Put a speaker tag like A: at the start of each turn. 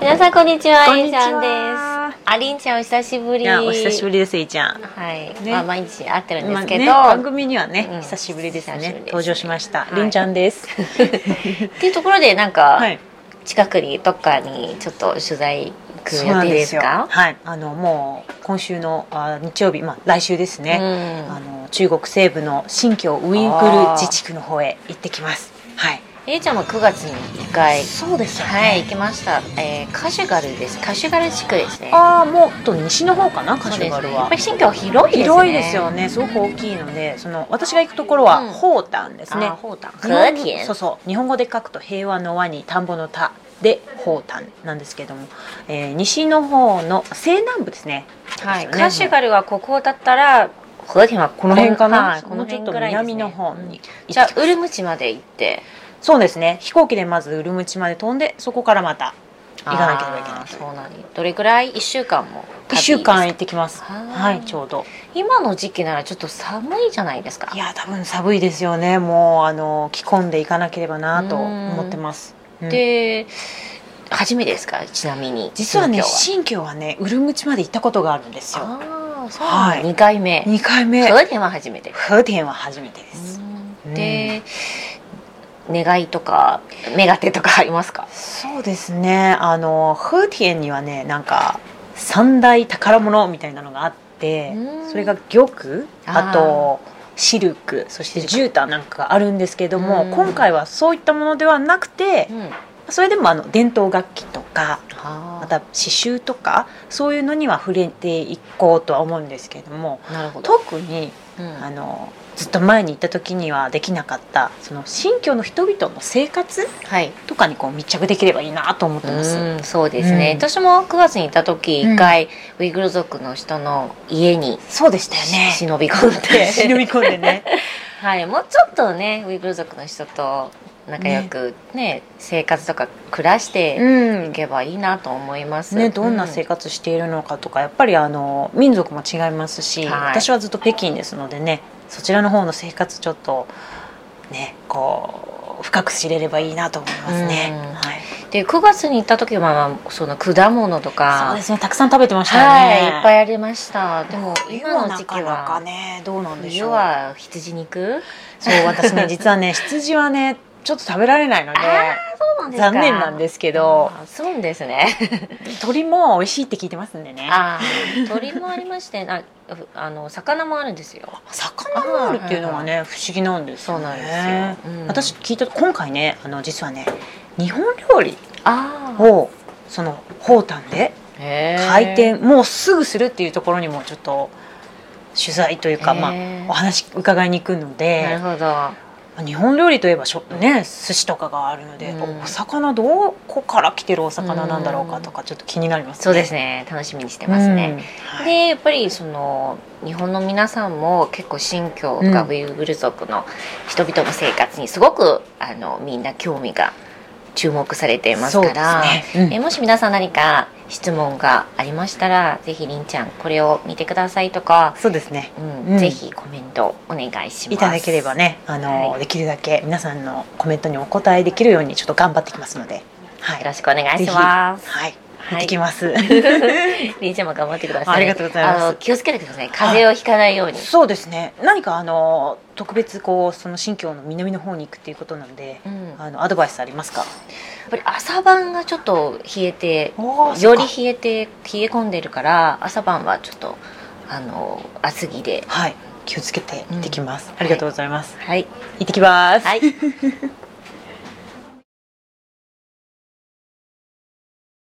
A: 皆さんこんにちは、
B: こん
A: り
B: に
A: ん
B: ち
A: ち
B: は
A: ゃんです。ありんちゃんお久しぶり。
B: いやお久しぶりですいいちゃん、
A: はい、
B: ね
A: まあ毎日会ってるんですけど、
B: まあね、番組にはね、
A: うん
B: 久しぶりですね
A: 久しぶりですね
B: 登場しました、
A: はい
B: りんちゃんです
A: っていうところでなんか、
B: はい
A: 近くにどっかにちょっと取材来る予定ですか？
B: はいあのもう今週のあ日曜日まあ来週ですね、あの中国西部の新疆ウイグル自治区の方へ行ってきますはい
A: うん。りんちゃんも9月に1回。
B: そうですよね
A: はい、行きました。えー、カシュガルです。カシュガル地区ですね。
B: ああもうと西の方かなカシュガ
A: そうで
B: ル
A: すねやっ
B: は
A: ぱり新疆広いですね。
B: 広いですよねすごく大きいのでその私が行くところは
A: うん
B: ホータンですね、
A: あー。ホータン。
B: 日本語
A: 和田
B: そうそう日本語で書くと平和の和に田んぼの田で宝丹なんですけども、えー西の方の西南部ですね
A: はい、
B: ですよね
A: カシュガルはここだったら、この辺はこ
B: この辺かな、
A: はい、この辺
B: もうちょっと
A: ぐらいです、ね、
B: 南の方に、
A: じゃあウルムチまで行って
B: そうですね飛行機でまずウルムチまで飛んでそこからまた行かなければいけない
A: あー
B: と
A: そうなんですどれぐらい一週間も
B: 1
A: 旅
B: 週間行ってきます
A: はーい
B: はいちょうど
A: 今の時期ならちょっと寒いじゃないですか
B: いや多分寒いですよねもうあの着込んでいかなければなと思ってますうん
A: で初めてですかちなみに
B: 実はね
A: 新
B: 新疆はねウルムチまで行ったことがあるんです
A: 居
B: よ
A: はあーそうなんだ、
B: はい
A: 二回目
B: 2回目
A: それでは初めて
B: フーテンは初めてですうん
A: で、願いとか目が手とかあり ますか
B: そうですねあのフーティエンにはねなんか三大宝物みたいなのがあって
A: うん
B: それが玉
A: あー
B: あとシルクそして絨毯なんかがあるんですけども
A: うん
B: 今回はそういったものではなくて
A: ん
B: それでもあの伝統楽器とか
A: あ
B: また刺繍とかそういうのには触れていこうとは思うんですけども
A: あなるほど、
B: 特に
A: うん
B: あのずっと前に行った時にはできなかったその新疆の人々の生活
A: はい
B: とかにこう密着できればいいなと思ってます。
A: うんそうですね、
B: うん
A: 私も9月にいた時一回、ウイグル族の人の家に
B: そうでしたよね。
A: 忍び 込んで
B: 忍び込んでね。
A: はい、もうちょっとねウイグル族の人と仲良くね生活とか暮らして
B: う
A: いけばいいなと思います、
B: ね、どんな生
A: 活、
B: 活しているのかとかやっぱりあの民族も違いますし、
A: はい
B: 私はずっと北京ですのでねそちらの方の生活ちょっとねこう深く知れればいいなと思いますね。
A: うん
B: はい、
A: で9月に行った時は、まあ、その果物と
B: そう
A: か
B: ですねたくさん食べてましたよね。
A: はいいっぱいありましたでも今
B: 今
A: の
B: の
A: 時
B: 時
A: 期
B: 期
A: は
B: はなかなかねどうなんでし
A: 冬
B: ょう。
A: は羊肉
B: そう私 ね実はね羊はねちょっと食べられないので
A: そうなんですか
B: 残念なんですすけど
A: そうですね
B: 鶏も美味しいって聞いてますんでね。
A: あー鳥もありましてああの魚もあるんですよ
B: 魚があるっていうのがね不思議なんです
A: そ
B: よ
A: う
B: ね
A: なんですよ、うん
B: 私聞いた今回ねあの実はね日本料理
A: あー
B: をその宝丹で
A: へー
B: 開店もうすぐするっていうところにもちょっと取材というか、まあ
A: へー
B: お話伺いに行くの
A: なる
B: で
A: ほど
B: 日本料理といえばしょ、ね、寿司とかがあるので、
A: うん
B: お魚どこから来てるお魚なんだろうかとかちょっと気になりますね。
A: そうですね楽しみにしてますね、
B: うんはい
A: でやっぱりその日本の皆さんも結構新疆とか
B: うん
A: ウイグル族の人々の生活にすごくあのみんな興味が注目されていますから
B: そうですねうん
A: えもし皆さん何か質問がありましたらぜひりんちゃんこれを見てくださいとか
B: そうですね
A: うん
B: うん
A: ぜひコメントお願いします。
B: いただければねあの、
A: はい
B: できるだけ皆さんのコメントにお答えできるようにちょっと頑張ってきますので、は
A: よろ
B: い、
A: しくお願いします。
B: はい、
A: は
B: 行ってきます。
A: りんちゃんも頑張ってください。
B: ありがとうございます
A: あの気をつけてください。風邪をひかないように。
B: そうですね。何かあの特別こうその新疆の南の方に行くっていうことなので、
A: うん、やっ
B: あのアドバイスありますか？
A: ぱり朝晩がちょっと冷えて、
B: お
A: より冷えて冷え込んでるから朝晩はちょっとあの厚着で。
B: はい気をつけて行ってきま
A: ん
B: す。ありがとうございます。
A: はい
B: 行ってきます。
A: はい。